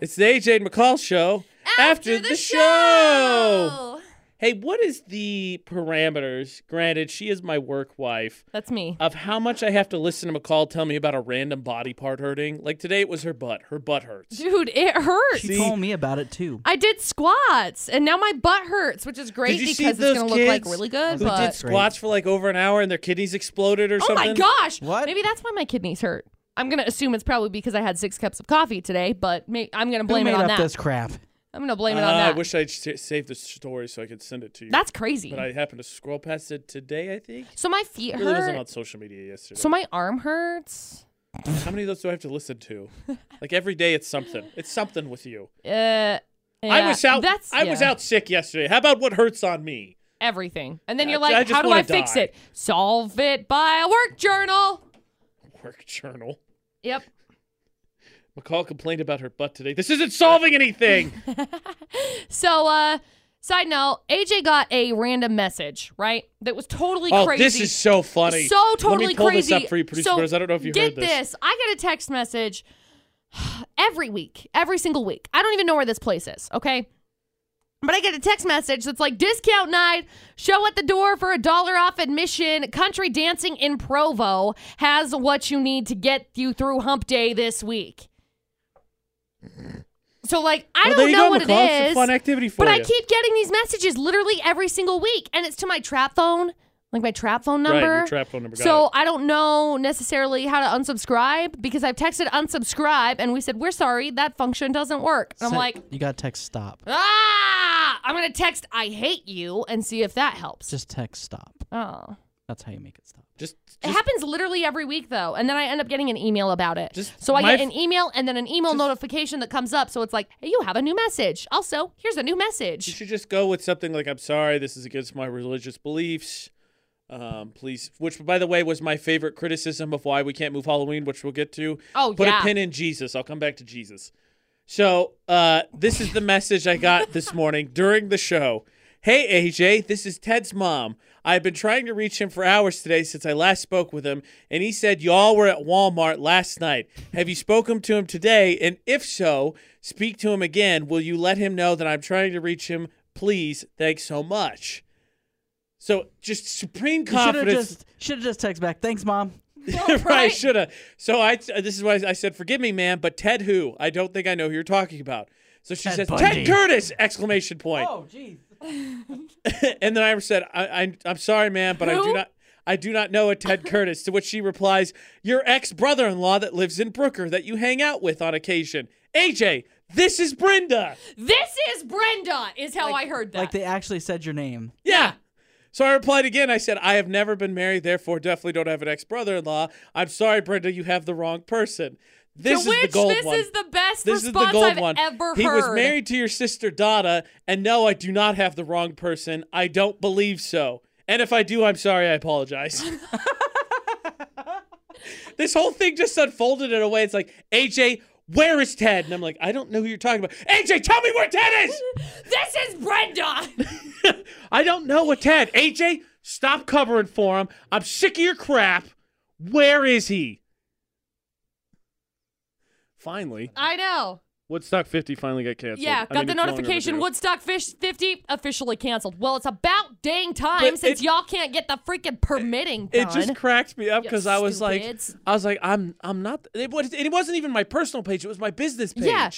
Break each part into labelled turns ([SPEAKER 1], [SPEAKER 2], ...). [SPEAKER 1] It's the AJ and McCall show Hey, what is the parameters? Granted, she is my work wife.
[SPEAKER 2] That's me.
[SPEAKER 1] Of how much I have to listen to McCall tell me about a random body part hurting. Like today, it was her butt. Her butt hurts.
[SPEAKER 2] Dude, it hurts.
[SPEAKER 3] She told me about it too.
[SPEAKER 2] I did squats and now my butt hurts, which is great
[SPEAKER 1] Did you
[SPEAKER 2] because
[SPEAKER 1] see
[SPEAKER 2] it's
[SPEAKER 1] those
[SPEAKER 2] gonna look like
[SPEAKER 1] kids
[SPEAKER 2] really good.
[SPEAKER 1] Who
[SPEAKER 2] But
[SPEAKER 1] did squats for like over an hour and their kidneys exploded or
[SPEAKER 2] oh
[SPEAKER 1] something?
[SPEAKER 2] my gosh,
[SPEAKER 3] What?
[SPEAKER 2] Maybe that's why my kidneys hurt. I'm gonna assume it's probably because I had six cups of coffee today, but may- I'm gonna blame it
[SPEAKER 3] Who made
[SPEAKER 2] on
[SPEAKER 3] up
[SPEAKER 2] that.
[SPEAKER 3] this crap?
[SPEAKER 2] I'm gonna blame it
[SPEAKER 1] Uh,
[SPEAKER 2] on that.
[SPEAKER 1] I wish I'd sa- saved the story so I could send it to you.
[SPEAKER 2] that's crazy.
[SPEAKER 1] but I happened to scroll past it today, I think.
[SPEAKER 2] so my feet
[SPEAKER 1] It really wasn't on
[SPEAKER 2] hurt.
[SPEAKER 1] social media yesterday.
[SPEAKER 2] So my arm hurts.
[SPEAKER 1] How many of those do I have to listen to? Like every day, it's something. It's something with you.
[SPEAKER 2] Uh,
[SPEAKER 1] I
[SPEAKER 2] yeah.
[SPEAKER 1] was out.
[SPEAKER 2] That's
[SPEAKER 1] I was
[SPEAKER 2] yeah,
[SPEAKER 1] out sick yesterday. How about what hurts on me?
[SPEAKER 2] everything, and then
[SPEAKER 1] Yeah,
[SPEAKER 2] you're
[SPEAKER 1] I- I
[SPEAKER 2] like,
[SPEAKER 1] just
[SPEAKER 2] "How do
[SPEAKER 1] wanna
[SPEAKER 2] I fix
[SPEAKER 1] die.
[SPEAKER 2] it? Solve it by a work journal."
[SPEAKER 1] Work journal.
[SPEAKER 2] Yep.
[SPEAKER 1] McCall complained about her butt today. This isn't solving anything.
[SPEAKER 2] So, uh, side note, AJ got a random message, right? That was totally
[SPEAKER 1] oh,
[SPEAKER 2] crazy.
[SPEAKER 1] this is so funny.
[SPEAKER 2] So totally
[SPEAKER 1] Let me pull
[SPEAKER 2] crazy.
[SPEAKER 1] this up for you, producer
[SPEAKER 2] so
[SPEAKER 1] Bros. I don't know if you
[SPEAKER 2] get
[SPEAKER 1] heard this.
[SPEAKER 2] I get a text message every week, every single week. I don't even know where this place is, okay? But I get a text message that's like discount night, show at the door for a dollar off admission. Country dancing in Provo has what you need to get you through hump day this week. So like I
[SPEAKER 1] Well,
[SPEAKER 2] don't
[SPEAKER 1] Oh, there you
[SPEAKER 2] know
[SPEAKER 1] go,
[SPEAKER 2] what
[SPEAKER 1] McCall.
[SPEAKER 2] it
[SPEAKER 1] It's
[SPEAKER 2] is.
[SPEAKER 1] a fun activity for
[SPEAKER 2] But I
[SPEAKER 1] you.
[SPEAKER 2] keep getting these messages literally every single week, and it's to my trap phone, like my trap phone
[SPEAKER 1] Right,
[SPEAKER 2] number.
[SPEAKER 1] your trap phone number, got
[SPEAKER 2] So
[SPEAKER 1] it.
[SPEAKER 2] I don't know necessarily how to unsubscribe because I've texted unsubscribe, and we said we're sorry that function doesn't work. And I'm
[SPEAKER 3] Set-
[SPEAKER 2] like,
[SPEAKER 3] you got to text stop.
[SPEAKER 2] ah, I'm gonna text I hate you and see if that helps.
[SPEAKER 3] Just text stop.
[SPEAKER 2] oh,
[SPEAKER 3] That's how you make it stop.
[SPEAKER 1] Just,
[SPEAKER 2] it
[SPEAKER 1] just
[SPEAKER 2] happens literally every week though, and then I end up getting an email about it.
[SPEAKER 1] Just
[SPEAKER 2] so I
[SPEAKER 1] my
[SPEAKER 2] get
[SPEAKER 1] f-
[SPEAKER 2] an email and then an email notification that comes up. So it's like, hey, you have a new message. Also, here's a new
[SPEAKER 1] you
[SPEAKER 2] message.
[SPEAKER 1] should just go with something like I'm sorry, this is against my religious beliefs. Um, please, which by the way was my favorite criticism of why we can't move Halloween, which we'll get to.
[SPEAKER 2] Oh,
[SPEAKER 1] Put
[SPEAKER 2] yeah.
[SPEAKER 1] a pin in Jesus. I'll come back to Jesus. So, uh, this is the message I got this morning during the show. Hey, AJ, this is Ted's mom. I've been trying to reach him for hours today since I last spoke with him, and he said y'all were at Walmart last night. Have you spoken to him today? And if so, speak to him again. Will you let him know that I'm trying to reach him? Please. Thanks so much. So, just supreme
[SPEAKER 3] Should have
[SPEAKER 1] confidence.
[SPEAKER 3] just should have just text back. Thanks, mom.
[SPEAKER 1] right, should have. So I uh, this is why I said, "Forgive me, ma'am, but Ted who? I don't think I know who you're talking about." So she
[SPEAKER 3] Ted
[SPEAKER 1] says,
[SPEAKER 3] Bundy.
[SPEAKER 1] "Ted Curtis!" Exclamation point.
[SPEAKER 2] Oh,
[SPEAKER 3] jeez.
[SPEAKER 1] and then I said, I, I, "I'm sorry, ma'am, but I do
[SPEAKER 2] Who?
[SPEAKER 1] not." I do not know a Ted Curtis. To which she replies, "Your ex brother-in-law that lives in Brooker that you hang out with on occasion." AJ, this is Brenda.
[SPEAKER 2] This is Brenda, is how I heard that.
[SPEAKER 3] Like they actually said your name.
[SPEAKER 1] Yeah. So I replied again. I said, I have never been married, therefore definitely don't have an ex brother in law. I'm sorry, Brenda, you have the wrong person. This
[SPEAKER 2] to
[SPEAKER 1] is
[SPEAKER 2] which
[SPEAKER 1] the gold
[SPEAKER 2] this
[SPEAKER 1] one.
[SPEAKER 2] is the best
[SPEAKER 1] this is
[SPEAKER 2] response
[SPEAKER 1] the gold
[SPEAKER 2] I've
[SPEAKER 1] one.
[SPEAKER 2] ever
[SPEAKER 1] he
[SPEAKER 2] heard.
[SPEAKER 1] was married to your sister Dada, and no, I do not have the wrong person. I don't believe so. And if I do, I'm sorry. I apologize. this whole thing just unfolded in a way. It's like AJ, where is Ted? And I'm like, I don't know who you're talking about. AJ, tell me where Ted is.
[SPEAKER 2] This is Brenda.
[SPEAKER 1] I don't know what Ted. AJ, stop covering for him. I'm sick of your crap. Where is he? Finally,
[SPEAKER 2] I know.
[SPEAKER 1] Woodstock 50 finally got canceled.
[SPEAKER 2] Yeah,
[SPEAKER 1] I
[SPEAKER 2] got
[SPEAKER 1] mean,
[SPEAKER 2] the
[SPEAKER 1] it's long
[SPEAKER 2] notification.
[SPEAKER 1] overdue.
[SPEAKER 2] Woodstock Fish 50 officially canceled. Well, it's about dang time
[SPEAKER 1] But
[SPEAKER 2] since
[SPEAKER 1] it-
[SPEAKER 2] y'all can't get the freaking permitting
[SPEAKER 1] It
[SPEAKER 2] done.
[SPEAKER 1] just cracked me up
[SPEAKER 2] You
[SPEAKER 1] because I was
[SPEAKER 2] stupids.
[SPEAKER 1] like, I was like, I'm, I'm not. It, was, it wasn't even my personal page. It was my business page.
[SPEAKER 2] yeah.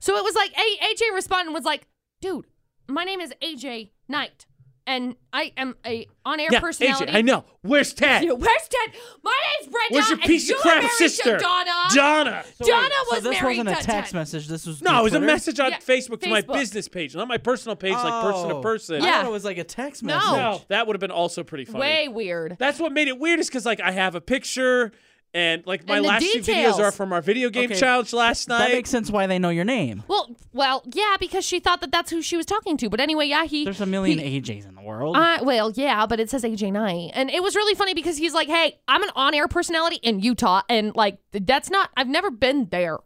[SPEAKER 2] So it was like A- AJ responded and was like, "Dude, my name is AJ Knight, and I am a on-air
[SPEAKER 1] yeah
[SPEAKER 2] personality."
[SPEAKER 1] AJ, I know. Where's Ted?
[SPEAKER 2] Yeah, Where's Ted? My name's Brenda.
[SPEAKER 1] Where's your
[SPEAKER 2] and
[SPEAKER 1] piece
[SPEAKER 2] you
[SPEAKER 1] of
[SPEAKER 2] are
[SPEAKER 1] crap
[SPEAKER 2] married to
[SPEAKER 1] sister,
[SPEAKER 2] Donna.
[SPEAKER 1] Donna.
[SPEAKER 2] Donna
[SPEAKER 3] so
[SPEAKER 2] was
[SPEAKER 3] this
[SPEAKER 2] married
[SPEAKER 3] wasn't a
[SPEAKER 2] to
[SPEAKER 3] text
[SPEAKER 2] Ted.
[SPEAKER 3] message. This was
[SPEAKER 1] No,
[SPEAKER 3] through
[SPEAKER 1] it was a
[SPEAKER 3] Twitter?
[SPEAKER 1] message on
[SPEAKER 2] Yeah,
[SPEAKER 1] Facebook to my
[SPEAKER 2] Facebook.
[SPEAKER 1] business page, not my personal page, like person to
[SPEAKER 3] Oh.
[SPEAKER 1] person.
[SPEAKER 3] I
[SPEAKER 2] Yeah.
[SPEAKER 3] thought it was like a text
[SPEAKER 2] No.
[SPEAKER 3] message.
[SPEAKER 1] No, that would have been also pretty funny.
[SPEAKER 2] Way weird.
[SPEAKER 1] That's what made it weird is because like I have a picture and like my
[SPEAKER 2] And the
[SPEAKER 1] last two videos
[SPEAKER 2] details.
[SPEAKER 1] are from our video game
[SPEAKER 3] Okay.
[SPEAKER 1] challenge last night.
[SPEAKER 3] That makes sense why they know your name.
[SPEAKER 2] Well, well, yeah, because she thought that that's who she was talking to. But anyway, yeah, he.
[SPEAKER 3] There's a million AJs in the world.
[SPEAKER 2] I, well, yeah, but it says AJ Knight, and it was really funny because he's like, "Hey, I'm an on-air personality in Utah, and like that's not. I've never been there."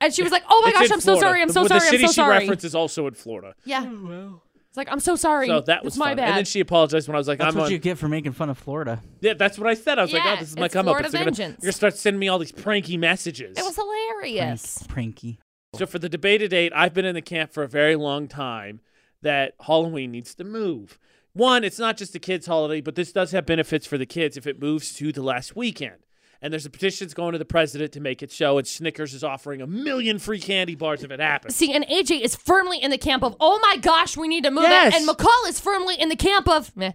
[SPEAKER 2] And she was like, "Oh my
[SPEAKER 1] It's
[SPEAKER 2] gosh,
[SPEAKER 1] in
[SPEAKER 2] I'm so
[SPEAKER 1] Florida.
[SPEAKER 2] sorry. I'm
[SPEAKER 1] The-
[SPEAKER 2] so
[SPEAKER 1] the,
[SPEAKER 2] sorry.
[SPEAKER 1] city
[SPEAKER 2] I'm so
[SPEAKER 1] she
[SPEAKER 2] sorry."
[SPEAKER 1] referenced is also in Florida.
[SPEAKER 2] yeah, it's like I'm so sorry.
[SPEAKER 1] So that was
[SPEAKER 2] it's my
[SPEAKER 1] fun.
[SPEAKER 2] bad.
[SPEAKER 1] And then she apologized when I was like,
[SPEAKER 3] That's
[SPEAKER 1] I'm
[SPEAKER 3] what
[SPEAKER 1] on.
[SPEAKER 3] you get for making fun of Florida.
[SPEAKER 1] Yeah, that's what I said. I was like,
[SPEAKER 2] Yeah,
[SPEAKER 1] oh, this is my
[SPEAKER 2] it's
[SPEAKER 1] come
[SPEAKER 2] Florida
[SPEAKER 1] up. It's gonna-
[SPEAKER 2] vengeance.
[SPEAKER 1] You're gonna start sending me all these pranky messages.
[SPEAKER 2] it was hilarious.
[SPEAKER 3] Prank- Pranky.
[SPEAKER 1] So for the debate to date, I've been in the camp for a very long time that Halloween needs to move. One, it's not just a kids' holiday, but this does have benefits for the kids if it moves to the last weekend. And there's a petitions going to the president to make it so, and Snickers is offering a million free candy bars if it happens.
[SPEAKER 2] See, and AJ is firmly in the camp of, oh my gosh, we need to move
[SPEAKER 1] Yes.
[SPEAKER 2] it. And McCall is firmly in the camp of, meh.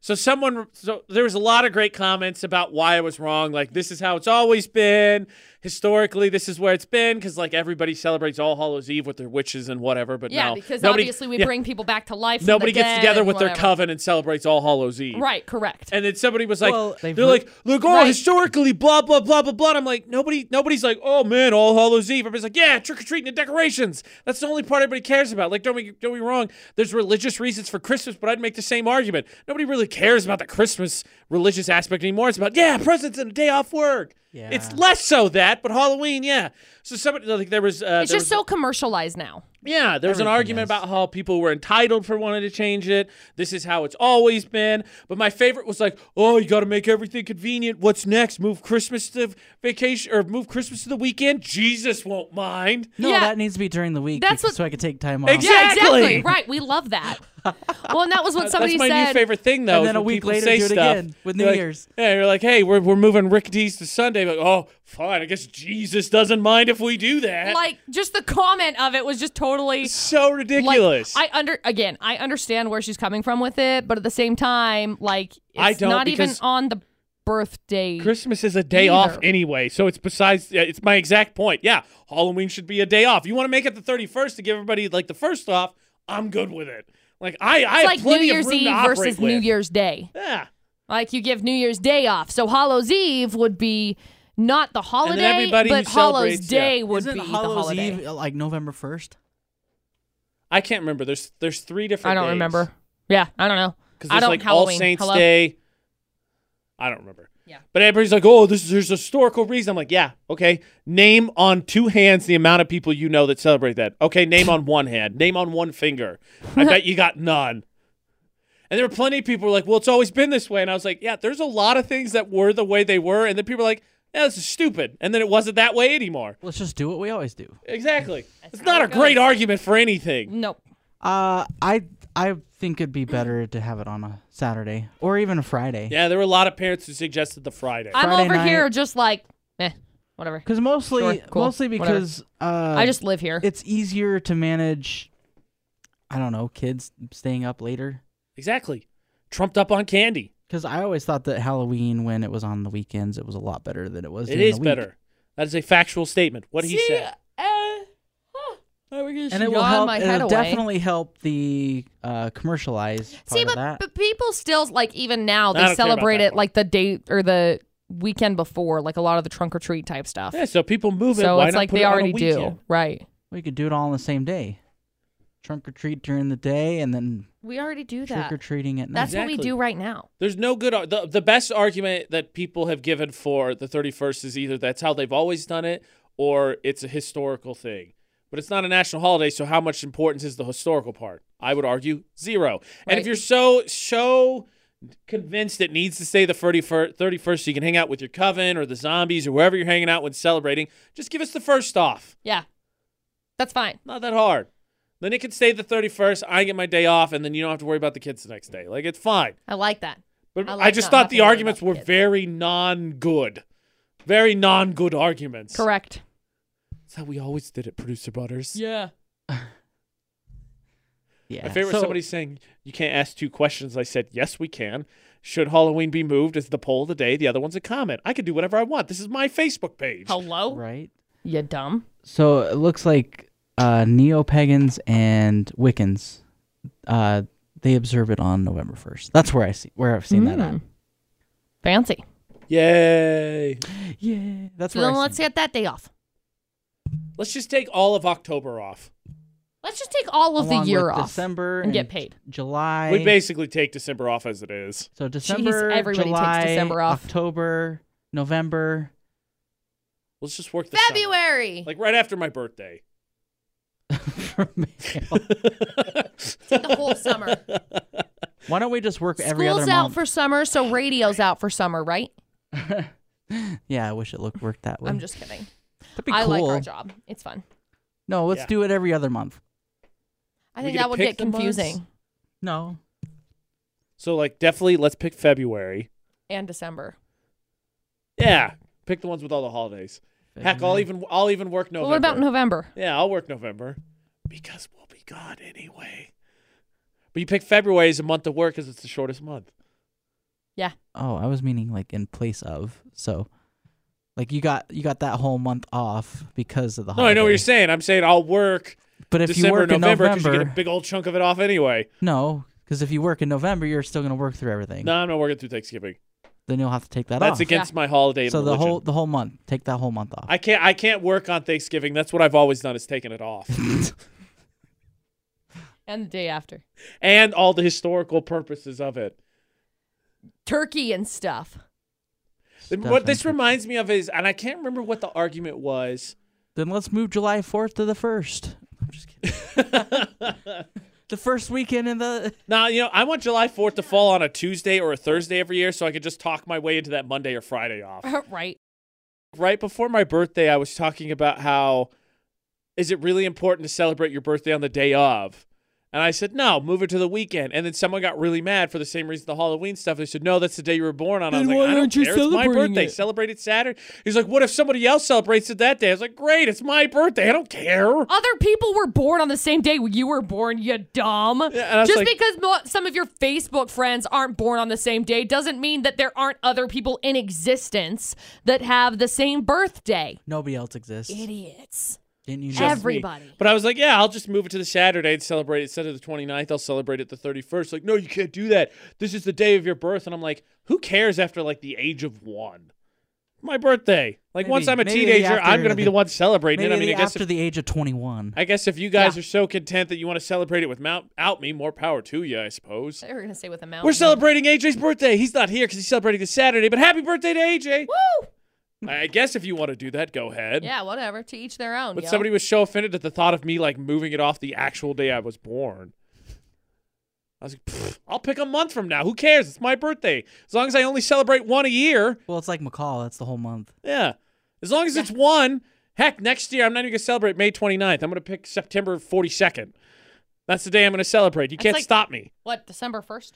[SPEAKER 1] So someone, so there was a lot of great comments about why I was wrong. Like this is how it's always been historically. This is where it's been because like everybody celebrates All Hallows Eve with their witches and whatever. But
[SPEAKER 2] Yeah,
[SPEAKER 1] now
[SPEAKER 2] because
[SPEAKER 1] nobody,
[SPEAKER 2] obviously we
[SPEAKER 1] yeah,
[SPEAKER 2] bring people back to life. from the
[SPEAKER 1] nobody gets
[SPEAKER 2] dead
[SPEAKER 1] together
[SPEAKER 2] and
[SPEAKER 1] with their
[SPEAKER 2] whatever.
[SPEAKER 1] coven and celebrates All Hallows Eve.
[SPEAKER 2] Right, correct.
[SPEAKER 1] And then somebody was like,
[SPEAKER 3] Well,
[SPEAKER 1] they're
[SPEAKER 3] they've
[SPEAKER 1] like, look, oh,
[SPEAKER 2] Right.
[SPEAKER 1] historically, blah blah blah blah blah. And I'm like, nobody, nobody's like, oh man, All Hallows Eve. Everybody's like, yeah, trick or treating the decorations. That's the only part everybody cares about. Like, don't be, don't be wrong. There's religious reasons for Christmas, but I'd make the same argument. Nobody really cares about the Christmas religious aspect anymore. It's about yeah, presents and a day off work.
[SPEAKER 3] Yeah.
[SPEAKER 1] It's less so that, but Halloween, yeah. So somebody like there was. Uh,
[SPEAKER 2] it's
[SPEAKER 1] there
[SPEAKER 2] just
[SPEAKER 1] was-
[SPEAKER 2] so commercialized now.
[SPEAKER 1] yeah, there's an
[SPEAKER 3] Everything
[SPEAKER 1] argument
[SPEAKER 3] is.
[SPEAKER 1] about how people were entitled for wanting to change it. This is how it's always been. But my favorite was like, oh, you got to make everything convenient. What's next? Move Christmas to vacation or move Christmas to the weekend? Jesus won't mind.
[SPEAKER 3] No,
[SPEAKER 2] Yeah.
[SPEAKER 3] that needs to be during the week
[SPEAKER 2] That's
[SPEAKER 3] because-
[SPEAKER 2] what-
[SPEAKER 3] so I could take time off.
[SPEAKER 1] Exactly.
[SPEAKER 2] Yeah, exactly. Right. We love that. well, and that was what somebody
[SPEAKER 1] That's my
[SPEAKER 2] said.
[SPEAKER 1] new favorite thing, though.
[SPEAKER 3] And
[SPEAKER 1] is
[SPEAKER 3] then a
[SPEAKER 1] when
[SPEAKER 3] week
[SPEAKER 1] people
[SPEAKER 3] later,
[SPEAKER 1] say
[SPEAKER 3] do it
[SPEAKER 1] stuff,
[SPEAKER 3] again with
[SPEAKER 1] they're
[SPEAKER 3] New
[SPEAKER 1] like-
[SPEAKER 3] Year's.
[SPEAKER 1] Yeah, you're like, hey, we're, we're moving Rick D's to Sunday. Like, oh, fine. I guess Jesus doesn't mind if we do that.
[SPEAKER 2] Like, just the comment of it was just totally.
[SPEAKER 1] so
[SPEAKER 2] Like,
[SPEAKER 1] ridiculous.
[SPEAKER 2] I under again. I understand where she's coming from with it, but at the same time, like it's
[SPEAKER 1] I don't
[SPEAKER 2] not even
[SPEAKER 1] because-
[SPEAKER 2] on the birthday.
[SPEAKER 1] Christmas is a day off
[SPEAKER 2] Neither.
[SPEAKER 1] anyway, so it's besides. yeah, It's my exact point. Yeah, Halloween should be a day off. You want to make it the thirty first to give everybody like the first off. I'm good with it. Like I, I
[SPEAKER 2] it's
[SPEAKER 1] have
[SPEAKER 2] like New
[SPEAKER 1] plenty
[SPEAKER 2] Year's
[SPEAKER 1] of room
[SPEAKER 2] Eve
[SPEAKER 1] to operate
[SPEAKER 2] versus
[SPEAKER 1] with.
[SPEAKER 2] New Year's Day.
[SPEAKER 1] Yeah,
[SPEAKER 2] Like you give New Year's Day off, so Hallows Eve would be not the holiday,
[SPEAKER 1] everybody who
[SPEAKER 2] but Hallows
[SPEAKER 1] celebrates- yeah.
[SPEAKER 2] Day would
[SPEAKER 3] Isn't
[SPEAKER 2] be the
[SPEAKER 3] Hallows
[SPEAKER 2] holiday.
[SPEAKER 3] Eve uh, like November first?
[SPEAKER 1] I can't remember. There's there's three different.
[SPEAKER 2] I don't remember. Yeah, I don't know.
[SPEAKER 1] because
[SPEAKER 2] I
[SPEAKER 1] there's
[SPEAKER 2] don't
[SPEAKER 1] like
[SPEAKER 2] Halloween.
[SPEAKER 1] All Saints
[SPEAKER 2] Hello?
[SPEAKER 1] Day. I don't remember.
[SPEAKER 2] Yeah.
[SPEAKER 1] But everybody's like, oh, this is there's a historical reason. I'm like, yeah, okay. Name on two hands the amount of people you know that celebrate that. Okay, name on one hand. Name on one finger. I bet you got none. And there were plenty of people who were like, well, it's always been this way. And I was like, yeah, there's a lot of things that were the way they were. And then people were like, yeah, this is stupid. And then it wasn't that way anymore.
[SPEAKER 3] Let's just do what we always do.
[SPEAKER 1] Exactly. it's
[SPEAKER 2] how
[SPEAKER 1] not a
[SPEAKER 2] it
[SPEAKER 1] great
[SPEAKER 2] goes.
[SPEAKER 1] argument for anything.
[SPEAKER 2] Nope.
[SPEAKER 3] Uh, I I think it'd be better to have it on a Saturday or even a Friday.
[SPEAKER 1] Yeah, there were a lot of parents who suggested the Friday.
[SPEAKER 2] I'm
[SPEAKER 3] Friday
[SPEAKER 2] over
[SPEAKER 3] night.
[SPEAKER 2] here just like, eh, whatever.
[SPEAKER 3] Because mostly,
[SPEAKER 2] Sure, cool,
[SPEAKER 3] mostly
[SPEAKER 2] whatever.
[SPEAKER 3] because uh,
[SPEAKER 2] I just live here.
[SPEAKER 3] it's easier to manage. I don't know, kids staying up later.
[SPEAKER 1] exactly. Trumped up on candy.
[SPEAKER 3] Because I always thought that Halloween, when it was on the weekends, it was a lot better than it was.
[SPEAKER 1] It
[SPEAKER 3] during the
[SPEAKER 1] is
[SPEAKER 3] week.
[SPEAKER 1] better. That is a factual statement. What he
[SPEAKER 2] eh, uh,
[SPEAKER 1] said.
[SPEAKER 3] and it will help. It'll definitely help the uh, commercialized part
[SPEAKER 2] See,
[SPEAKER 3] of that.
[SPEAKER 2] but, but people still like even now
[SPEAKER 1] I
[SPEAKER 2] they
[SPEAKER 1] don't care about
[SPEAKER 2] celebrate
[SPEAKER 1] that
[SPEAKER 2] it
[SPEAKER 1] part.
[SPEAKER 2] like the day or the weekend before, like a lot of the trunk or treat type stuff.
[SPEAKER 1] Yeah, so people move it.
[SPEAKER 2] so
[SPEAKER 1] Why
[SPEAKER 2] it's
[SPEAKER 1] not
[SPEAKER 2] like
[SPEAKER 1] put
[SPEAKER 2] they
[SPEAKER 1] it on a
[SPEAKER 2] already do,
[SPEAKER 1] weekend?
[SPEAKER 2] right?
[SPEAKER 3] we could do it all on the same day. Trunk or treat during the day, and then
[SPEAKER 2] We already do
[SPEAKER 3] trick
[SPEAKER 2] that.
[SPEAKER 3] or treating at night.
[SPEAKER 2] That's what we
[SPEAKER 1] Exactly.
[SPEAKER 2] do right now.
[SPEAKER 1] There's no good. ar- The, the best argument that people have given for the 31st is either that's how they've always done it or it's a historical thing. But it's not a national holiday, so how much importance is the historical part? I would argue zero. And if
[SPEAKER 2] Right.
[SPEAKER 1] you're so, so convinced it needs to stay the 31st, 31st so you can hang out with your coven or the zombies or wherever you're hanging out when celebrating, just give us the first off.
[SPEAKER 2] Yeah, that's fine.
[SPEAKER 1] Not that hard. Then it can stay the 31st. I get my day off, and then you don't have to worry about the kids the next day. Like, it's fine.
[SPEAKER 2] I like that.
[SPEAKER 1] But
[SPEAKER 2] I
[SPEAKER 1] I,
[SPEAKER 2] like
[SPEAKER 1] just
[SPEAKER 2] not
[SPEAKER 1] thought the
[SPEAKER 2] having to worry
[SPEAKER 1] arguments
[SPEAKER 2] about
[SPEAKER 1] were
[SPEAKER 2] the kids.
[SPEAKER 1] very non good. Very non good arguments.
[SPEAKER 2] Correct.
[SPEAKER 1] That's how we always did it, producer butters.
[SPEAKER 2] Yeah.
[SPEAKER 3] yeah.
[SPEAKER 1] My favorite
[SPEAKER 3] so,
[SPEAKER 1] somebody saying, You can't ask two questions. I said, Yes, we can. Should Halloween be moved as the poll of the day? The other one's a comment. I can do whatever I want. This is my Facebook page.
[SPEAKER 2] Hello.
[SPEAKER 3] right?
[SPEAKER 2] You dumb.
[SPEAKER 3] So it looks like uh, neo pagans and Wiccans, uh, they observe it on November first. That's where I see where I've seen that
[SPEAKER 2] Mm. Fancy.
[SPEAKER 1] Yay.
[SPEAKER 3] at. Yeah, that's
[SPEAKER 2] So
[SPEAKER 3] where.
[SPEAKER 2] then
[SPEAKER 3] I
[SPEAKER 2] let's
[SPEAKER 3] see it.
[SPEAKER 2] get that day off.
[SPEAKER 1] Let's just take all of October off.
[SPEAKER 2] Let's just take all of
[SPEAKER 3] Along
[SPEAKER 2] the year
[SPEAKER 3] with
[SPEAKER 2] off.
[SPEAKER 3] December
[SPEAKER 2] and get
[SPEAKER 3] J-
[SPEAKER 2] paid.
[SPEAKER 3] July.
[SPEAKER 1] We basically take December off as it is.
[SPEAKER 3] so December,
[SPEAKER 2] everybody takes
[SPEAKER 3] July,
[SPEAKER 2] December off.
[SPEAKER 3] October, November.
[SPEAKER 1] Let's just work the summer.
[SPEAKER 2] February.
[SPEAKER 1] Like right after my birthday.
[SPEAKER 2] the whole summer.
[SPEAKER 3] Why don't we just work every
[SPEAKER 2] School's
[SPEAKER 3] other
[SPEAKER 2] out
[SPEAKER 3] month?
[SPEAKER 2] for summer, so radio's out for summer, right?
[SPEAKER 3] yeah, I wish it looked worked that way.
[SPEAKER 2] I'm just kidding.
[SPEAKER 3] That'd be
[SPEAKER 2] I like
[SPEAKER 3] cool.
[SPEAKER 2] our job. It's fun.
[SPEAKER 3] No, let's
[SPEAKER 1] Yeah.
[SPEAKER 3] do it every other month.
[SPEAKER 2] I
[SPEAKER 1] We
[SPEAKER 2] think
[SPEAKER 1] get to
[SPEAKER 2] that would
[SPEAKER 1] pick
[SPEAKER 2] get
[SPEAKER 1] the months?
[SPEAKER 2] confusing.
[SPEAKER 3] No.
[SPEAKER 1] So like definitely let's pick February.
[SPEAKER 2] And December.
[SPEAKER 1] Yeah, pick the ones with all the holidays. Heck, I'll even I'll even work
[SPEAKER 2] But
[SPEAKER 1] November.
[SPEAKER 2] what about November?
[SPEAKER 1] Yeah, I'll work November because we'll be gone anyway. But you pick February as a month to work because it's the shortest month.
[SPEAKER 3] Oh, I was meaning like in place of. So, like you got you got that whole month off because of the.
[SPEAKER 1] No, I know what
[SPEAKER 3] holiday.
[SPEAKER 1] you're saying. I'm saying I'll work
[SPEAKER 3] But if
[SPEAKER 1] December,
[SPEAKER 3] you work
[SPEAKER 1] November
[SPEAKER 3] in
[SPEAKER 1] because you
[SPEAKER 3] November,
[SPEAKER 1] get a big old chunk of it off anyway.
[SPEAKER 3] no, because if you work in November, you're still gonna work through everything.
[SPEAKER 1] No, I'm not working through Thanksgiving.
[SPEAKER 3] Then you'll have to take that
[SPEAKER 1] That's
[SPEAKER 3] off.
[SPEAKER 1] against my holiday. and
[SPEAKER 3] so the
[SPEAKER 1] religion.
[SPEAKER 3] whole the whole month, take that whole month off.
[SPEAKER 1] I can't I can't work on Thanksgiving. That's what I've always done is taking it off.
[SPEAKER 2] And the day after.
[SPEAKER 1] and all the historical purposes of it.
[SPEAKER 2] Turkey and stuff.
[SPEAKER 1] Th-
[SPEAKER 3] Stuff
[SPEAKER 1] What this
[SPEAKER 3] and-
[SPEAKER 1] reminds me of is and I can't remember what the argument was.
[SPEAKER 3] then let's move July fourth to the first. I'm just kidding. the first weekend in the.
[SPEAKER 1] Now, you know, I want July 4th to fall on a Tuesday or a Thursday every year so I could just talk my way into that Monday or Friday off.
[SPEAKER 2] right.
[SPEAKER 1] right before my birthday, I was talking about how is it really important to celebrate your birthday on the day of? And I said, no, move it to the weekend. And then someone got really mad for the same reason the Halloween stuff. They said, no, that's the day you were born on. I was like,
[SPEAKER 3] Then why
[SPEAKER 1] I don't
[SPEAKER 3] aren't you
[SPEAKER 1] care. It's my
[SPEAKER 3] celebrating
[SPEAKER 1] birthday.
[SPEAKER 3] it?
[SPEAKER 1] Celebrate it Saturday. He's like, what if somebody else celebrates it that day? I was like, great, it's my birthday. I don't care.
[SPEAKER 2] Other people were born on the same day you were born, you dumb.
[SPEAKER 1] and I was
[SPEAKER 2] Just
[SPEAKER 1] like-
[SPEAKER 2] because mo- some of your Facebook friends aren't born on the same day doesn't mean that there aren't other people in existence that have the same birthday.
[SPEAKER 3] Nobody else exists.
[SPEAKER 2] Idiots.
[SPEAKER 3] Didn't you know?
[SPEAKER 1] Just me.
[SPEAKER 2] Everybody.
[SPEAKER 1] But I was like, yeah, I'll just move it to the Saturday and celebrate it. instead of the 29th. I'll celebrate it the 31st. Like, no, you can't do that. This is the day of your birth. And I'm like, who cares after like the age of one? My birthday. Like
[SPEAKER 3] Maybe-
[SPEAKER 1] once I'm a
[SPEAKER 3] maybe the
[SPEAKER 1] teenager, I'm
[SPEAKER 3] after
[SPEAKER 1] gonna be the
[SPEAKER 3] the-
[SPEAKER 1] one celebrating
[SPEAKER 3] Maybe
[SPEAKER 1] it. I mean, I guess
[SPEAKER 3] after
[SPEAKER 1] if,
[SPEAKER 3] the age of twenty one.
[SPEAKER 1] I guess if you guys
[SPEAKER 2] Yeah.
[SPEAKER 1] are so content that you want to celebrate it without out me, more power to you, I suppose.
[SPEAKER 2] They were going to say with a mountain.
[SPEAKER 1] We're celebrating AJ's birthday. He's not here because he's celebrating this Saturday. But happy birthday to AJ.
[SPEAKER 2] Woo!
[SPEAKER 1] I I guess if you want to do that, go ahead.
[SPEAKER 2] Yeah, whatever. To each their own.
[SPEAKER 1] But
[SPEAKER 2] yo.
[SPEAKER 1] somebody was so offended at the thought of me like moving it off the actual day I was born. I was like, "Pfft, I'll pick a month from now. Who cares? It's my birthday. As long as I only celebrate one a year,
[SPEAKER 3] Well, it's like McCall. That's the whole month.
[SPEAKER 1] yeah. As long as it's one, heck, next year I'm not even gonna celebrate May 29th. I'm gonna pick September 42nd. That's the day I'm gonna celebrate. You
[SPEAKER 2] That's
[SPEAKER 1] can't
[SPEAKER 2] like-
[SPEAKER 1] stop me.
[SPEAKER 2] What, December 1st?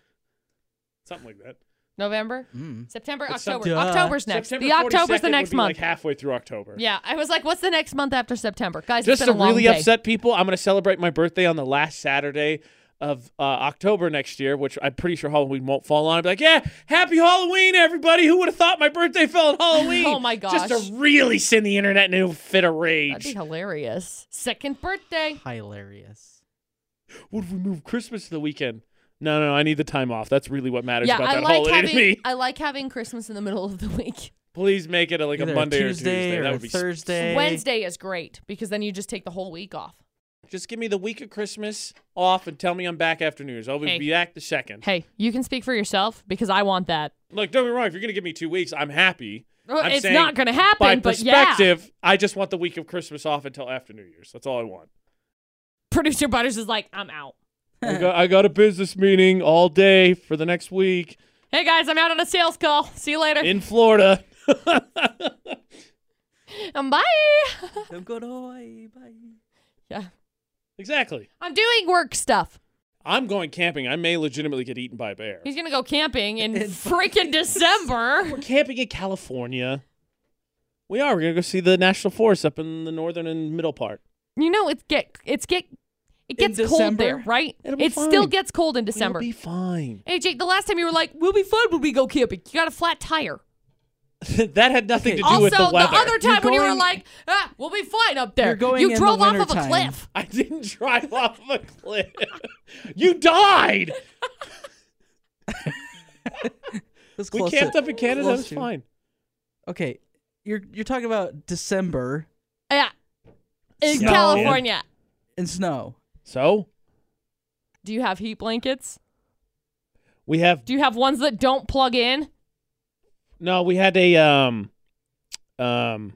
[SPEAKER 1] Something like that.
[SPEAKER 2] November?
[SPEAKER 3] Mm.
[SPEAKER 2] September,
[SPEAKER 1] It's
[SPEAKER 2] October.
[SPEAKER 3] September.
[SPEAKER 2] October's
[SPEAKER 1] Ah,
[SPEAKER 2] next.
[SPEAKER 1] September
[SPEAKER 2] the October's
[SPEAKER 1] 42nd
[SPEAKER 2] the
[SPEAKER 1] would
[SPEAKER 2] next
[SPEAKER 1] be,
[SPEAKER 2] month.
[SPEAKER 1] like halfway through October.
[SPEAKER 2] yeah, I was like, what's the next month after September? Guys,
[SPEAKER 1] Just
[SPEAKER 2] it's been
[SPEAKER 1] to
[SPEAKER 2] a long
[SPEAKER 1] really
[SPEAKER 2] day.
[SPEAKER 1] upset people, I'm going to celebrate my birthday on the last Saturday of uh, October next year, which I'm pretty sure Halloween won't fall on. I'll be like, yeah, happy Halloween, everybody. Who would have thought my birthday fell on Halloween?
[SPEAKER 2] Oh my gosh.
[SPEAKER 1] Just to really send the internet into a fit of
[SPEAKER 2] That'd be
[SPEAKER 1] rage.
[SPEAKER 2] hilarious. Second birthday.
[SPEAKER 3] Hilarious.
[SPEAKER 1] Would we move Christmas to the weekend? No, no, I need the time off. That's really what matters
[SPEAKER 2] yeah,
[SPEAKER 1] about
[SPEAKER 2] I
[SPEAKER 1] that
[SPEAKER 2] like
[SPEAKER 1] holiday
[SPEAKER 2] having
[SPEAKER 1] to me.
[SPEAKER 2] I like having Christmas in the middle of the week.
[SPEAKER 1] Please make it a, like
[SPEAKER 3] Either
[SPEAKER 1] a Monday or
[SPEAKER 3] Tuesday
[SPEAKER 1] Tuesday. That
[SPEAKER 3] a
[SPEAKER 1] would be sp-
[SPEAKER 3] Thursday.
[SPEAKER 2] Wednesday is great because then you just take the whole week off.
[SPEAKER 1] Just give me the week of Christmas off and tell me I'm back after New Year's. I'll be
[SPEAKER 2] Hey.
[SPEAKER 1] back the second.
[SPEAKER 2] Hey, you can speak for yourself because I want that.
[SPEAKER 1] Look, don't get me wrong. If you're going to give me two weeks, I'm happy.
[SPEAKER 2] Well,
[SPEAKER 1] I'm
[SPEAKER 2] it's
[SPEAKER 1] saying
[SPEAKER 2] not going to happen,
[SPEAKER 1] By
[SPEAKER 2] but yeah.
[SPEAKER 1] perspective, I just want the week of Christmas off until after New Year's. That's all I want.
[SPEAKER 2] Producer Butters is like, I'm out.
[SPEAKER 1] I, got, I got a business meeting all day for the next week
[SPEAKER 2] Hey guys, I'm out on a sales call. See you later.
[SPEAKER 1] in Florida.
[SPEAKER 2] Um, bye.
[SPEAKER 3] Don't go to Hawaii. Bye.
[SPEAKER 2] yeah.
[SPEAKER 1] exactly.
[SPEAKER 2] I'm doing work stuff.
[SPEAKER 1] I'm going camping. I may legitimately get eaten by a bear.
[SPEAKER 2] He's going to go camping in
[SPEAKER 3] In
[SPEAKER 2] freaking December.
[SPEAKER 1] We're camping in California. We are. We're gonna go see the national forest up in the northern and middle part.
[SPEAKER 2] You know it's get it's get it
[SPEAKER 3] In
[SPEAKER 2] gets cold
[SPEAKER 3] December?
[SPEAKER 2] there, right?
[SPEAKER 1] It'll be
[SPEAKER 2] It still
[SPEAKER 1] fine.
[SPEAKER 2] gets cold in December.
[SPEAKER 1] It'll be fine.
[SPEAKER 2] Hey Jake, the last time you were like, "We'll be fine when we go camping," you got a flat tire.
[SPEAKER 1] that had nothing to do
[SPEAKER 2] Also,
[SPEAKER 1] with the
[SPEAKER 2] the,
[SPEAKER 1] weather.
[SPEAKER 2] other time when you were
[SPEAKER 3] going-
[SPEAKER 2] like, ah, "We'll be fine up there,"
[SPEAKER 3] You're going in
[SPEAKER 2] you
[SPEAKER 3] the
[SPEAKER 2] drove off of a
[SPEAKER 3] wintertime.
[SPEAKER 2] cliff.
[SPEAKER 1] I didn't drive off a cliff. You died.
[SPEAKER 3] That's
[SPEAKER 1] We
[SPEAKER 3] close
[SPEAKER 1] camped
[SPEAKER 3] to-
[SPEAKER 1] up in Canada. That
[SPEAKER 3] close
[SPEAKER 1] was
[SPEAKER 3] to-
[SPEAKER 1] fine.
[SPEAKER 3] Okay, you're you're talking about December
[SPEAKER 2] Yeah, in
[SPEAKER 1] Snow.
[SPEAKER 2] California.
[SPEAKER 3] and snow.
[SPEAKER 1] So
[SPEAKER 2] Do you have heat blankets?
[SPEAKER 1] we have
[SPEAKER 2] Do you have ones that don't plug in?
[SPEAKER 1] No, we had a um um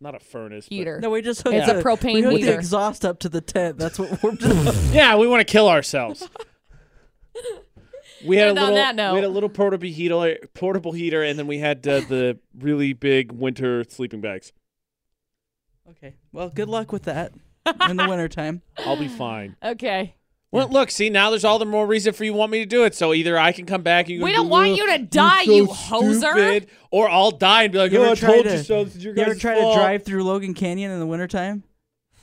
[SPEAKER 1] not a furnace but-
[SPEAKER 2] Heater.
[SPEAKER 3] No, we just hooked
[SPEAKER 2] It's
[SPEAKER 1] a
[SPEAKER 3] the-
[SPEAKER 2] propane
[SPEAKER 3] we hooked
[SPEAKER 2] heater.
[SPEAKER 3] the exhaust up to the tent. That's what we're doing.
[SPEAKER 1] yeah, we want to kill ourselves. We had
[SPEAKER 2] And
[SPEAKER 1] a
[SPEAKER 2] on
[SPEAKER 1] little
[SPEAKER 2] that note-
[SPEAKER 1] we had a little portable heater, portable heater and then we had uh, the really big winter sleeping bags.
[SPEAKER 3] Okay. Well, good luck with that in the wintertime.
[SPEAKER 1] I'll be fine.
[SPEAKER 2] Okay.
[SPEAKER 1] Well, look, see, now there's all the more reason for you want me to do it. So either I can come back and you
[SPEAKER 2] We
[SPEAKER 1] can
[SPEAKER 2] don't
[SPEAKER 1] go,
[SPEAKER 2] want you to die,
[SPEAKER 1] "You're so
[SPEAKER 2] you hoser."
[SPEAKER 1] stupid," or I'll die and be like,
[SPEAKER 3] You
[SPEAKER 1] "Oh,
[SPEAKER 3] ever
[SPEAKER 1] I
[SPEAKER 3] try
[SPEAKER 1] told
[SPEAKER 3] to-
[SPEAKER 1] you so. This is your
[SPEAKER 3] You ever
[SPEAKER 1] guys'
[SPEAKER 3] try to
[SPEAKER 1] fault."
[SPEAKER 3] drive through Logan Canyon in the wintertime?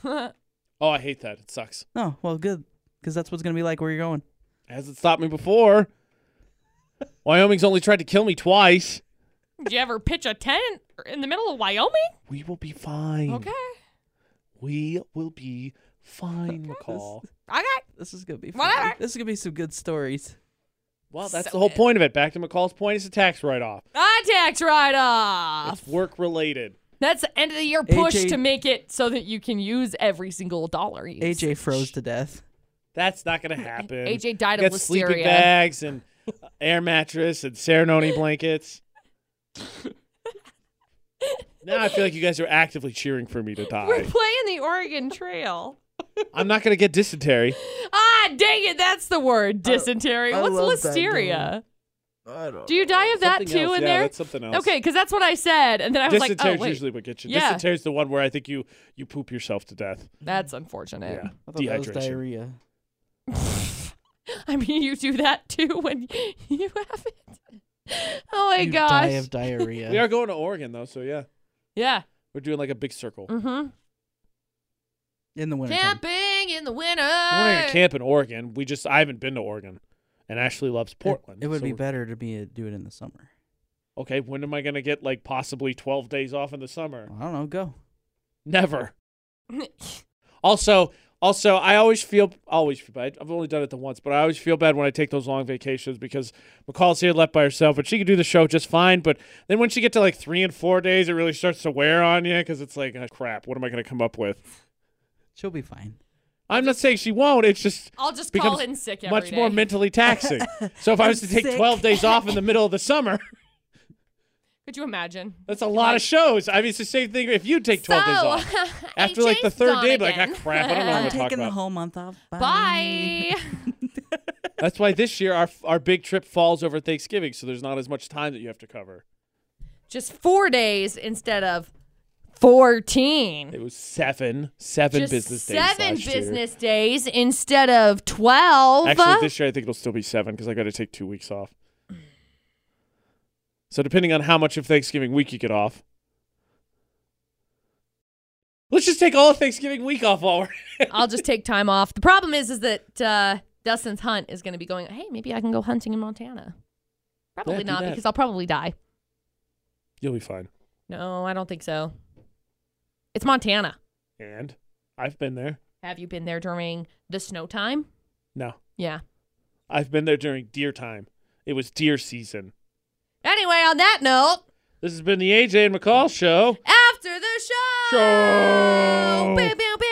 [SPEAKER 1] Oh, I hate that. It sucks.
[SPEAKER 3] No. Well, good. Because that's what's going to be like where you're going.
[SPEAKER 1] Hasn't stopped me before. Wyoming's only tried to kill me twice.
[SPEAKER 2] Did you ever pitch a tent in the middle of Wyoming?
[SPEAKER 1] We will be fine.
[SPEAKER 3] Hmm.
[SPEAKER 2] Okay.
[SPEAKER 1] We will be fine, McCall.
[SPEAKER 2] Okay.
[SPEAKER 3] This is going to be
[SPEAKER 2] Whatever.
[SPEAKER 3] fun. This is going to be some good stories.
[SPEAKER 1] Well, that's
[SPEAKER 2] So
[SPEAKER 1] the whole
[SPEAKER 2] good.
[SPEAKER 1] point of it. Back to McCall's point, it's a tax write-off.
[SPEAKER 2] I tax write off.
[SPEAKER 1] It's work related.
[SPEAKER 2] That's the end of the year push
[SPEAKER 3] AJ
[SPEAKER 2] to make it so that you can use every single dollar. You
[SPEAKER 3] AJ froze to death.
[SPEAKER 1] That's not gonna happen.
[SPEAKER 2] AJ died
[SPEAKER 1] Got
[SPEAKER 2] of
[SPEAKER 1] sleeping
[SPEAKER 2] listeria.
[SPEAKER 1] bags and air mattress and Serenoni blankets. now I feel like you guys are actively cheering for me to
[SPEAKER 2] We're
[SPEAKER 1] die.
[SPEAKER 2] playing the Oregon Trail.
[SPEAKER 1] I'm not gonna get dysentery.
[SPEAKER 2] Ah, dang it, that's the word, dysentery.
[SPEAKER 3] I
[SPEAKER 2] What's
[SPEAKER 3] love that
[SPEAKER 2] listeria?
[SPEAKER 3] I don't
[SPEAKER 2] Do you die of that
[SPEAKER 1] Something
[SPEAKER 2] too
[SPEAKER 1] else.
[SPEAKER 2] in
[SPEAKER 1] yeah,
[SPEAKER 2] there?
[SPEAKER 1] That's something else.
[SPEAKER 2] Okay, because that's what I said, and then I was like,
[SPEAKER 1] Dysentery's
[SPEAKER 2] oh wait,
[SPEAKER 1] usually what gets you.
[SPEAKER 2] Yeah.
[SPEAKER 1] Dysentery's the one where I think you you poop yourself to death.
[SPEAKER 2] that's unfortunate.
[SPEAKER 1] Yeah,
[SPEAKER 3] I thought that was
[SPEAKER 1] dehydration.
[SPEAKER 3] diarrhea.
[SPEAKER 2] I mean, you do that too when you have it. Oh my
[SPEAKER 3] you
[SPEAKER 2] gosh.
[SPEAKER 3] die of diarrhea.
[SPEAKER 1] We are going to Oregon though, so yeah,
[SPEAKER 2] yeah.
[SPEAKER 1] we're doing like a big circle.
[SPEAKER 2] Mm-hmm.
[SPEAKER 3] in the winter.
[SPEAKER 2] Camping in the winter.
[SPEAKER 1] We're going to camp in Oregon. We just I haven't been to Oregon, and Ashley loves Portland.
[SPEAKER 3] It, would
[SPEAKER 1] so
[SPEAKER 3] be
[SPEAKER 1] we're-
[SPEAKER 3] better to be uh, do it in the summer.
[SPEAKER 1] Okay, when am I going to get like possibly 12 days off in the summer?
[SPEAKER 3] I don't know. Go.
[SPEAKER 1] Never. Also, also, I always feel always feel bad. I've only done it the once, but I always feel bad when I take those long vacations because McCall's here left by herself, and she can do the show just fine. But then when she get to like three and four days, it really starts to wear on you because it's like, oh, crap, what am I going to come up with?
[SPEAKER 3] She'll be fine.
[SPEAKER 1] I'm not saying she won't. It's just
[SPEAKER 2] I'll just
[SPEAKER 1] Becomes
[SPEAKER 2] call in sick every
[SPEAKER 1] much more
[SPEAKER 2] day.
[SPEAKER 1] mentally taxing. so if I was to take
[SPEAKER 3] sick.
[SPEAKER 1] 12 days off in the middle of the summer,
[SPEAKER 2] Could you imagine?
[SPEAKER 1] that's a lot of shows. I mean, it's the same thing if you take 12 days off. After like the
[SPEAKER 2] AJ's
[SPEAKER 1] third
[SPEAKER 2] gone
[SPEAKER 1] day, be like, ah,
[SPEAKER 2] again.
[SPEAKER 1] crap, I don't know what
[SPEAKER 3] I'm
[SPEAKER 1] we're talking
[SPEAKER 3] taking the
[SPEAKER 1] about.
[SPEAKER 3] whole month off. Bye.
[SPEAKER 2] Uh, Bye.
[SPEAKER 1] That's why this year our our big trip falls over Thanksgiving, so there's not as much time that you have to cover.
[SPEAKER 2] just four days instead of 14.
[SPEAKER 1] It was seven, seven
[SPEAKER 2] just
[SPEAKER 1] business days.
[SPEAKER 2] seven
[SPEAKER 1] last year.
[SPEAKER 2] business days instead of 12.
[SPEAKER 1] Actually, this year I think it'll still be seven because I got to take two weeks off. So depending on how much of Thanksgiving week you get off, let's just take all of Thanksgiving week off while we're.
[SPEAKER 2] I'll just take time off. The problem is, is that uh, Dustin's hunt is going to be going, hey, maybe I can go hunting in Montana. Probably
[SPEAKER 1] Yeah, do
[SPEAKER 2] not
[SPEAKER 1] that.
[SPEAKER 2] because I'll probably die.
[SPEAKER 1] You'll be fine.
[SPEAKER 2] No, I don't think so. It's Montana.
[SPEAKER 1] And I've been there.
[SPEAKER 2] Have you been there during the snow time?
[SPEAKER 1] No,
[SPEAKER 2] Yeah.
[SPEAKER 1] I've been there during deer time. It was deer season.
[SPEAKER 2] Anyway, on that note,
[SPEAKER 1] This has been the AJ and McCall show.
[SPEAKER 2] after the show.
[SPEAKER 1] Show.
[SPEAKER 2] Pew, pew, pew.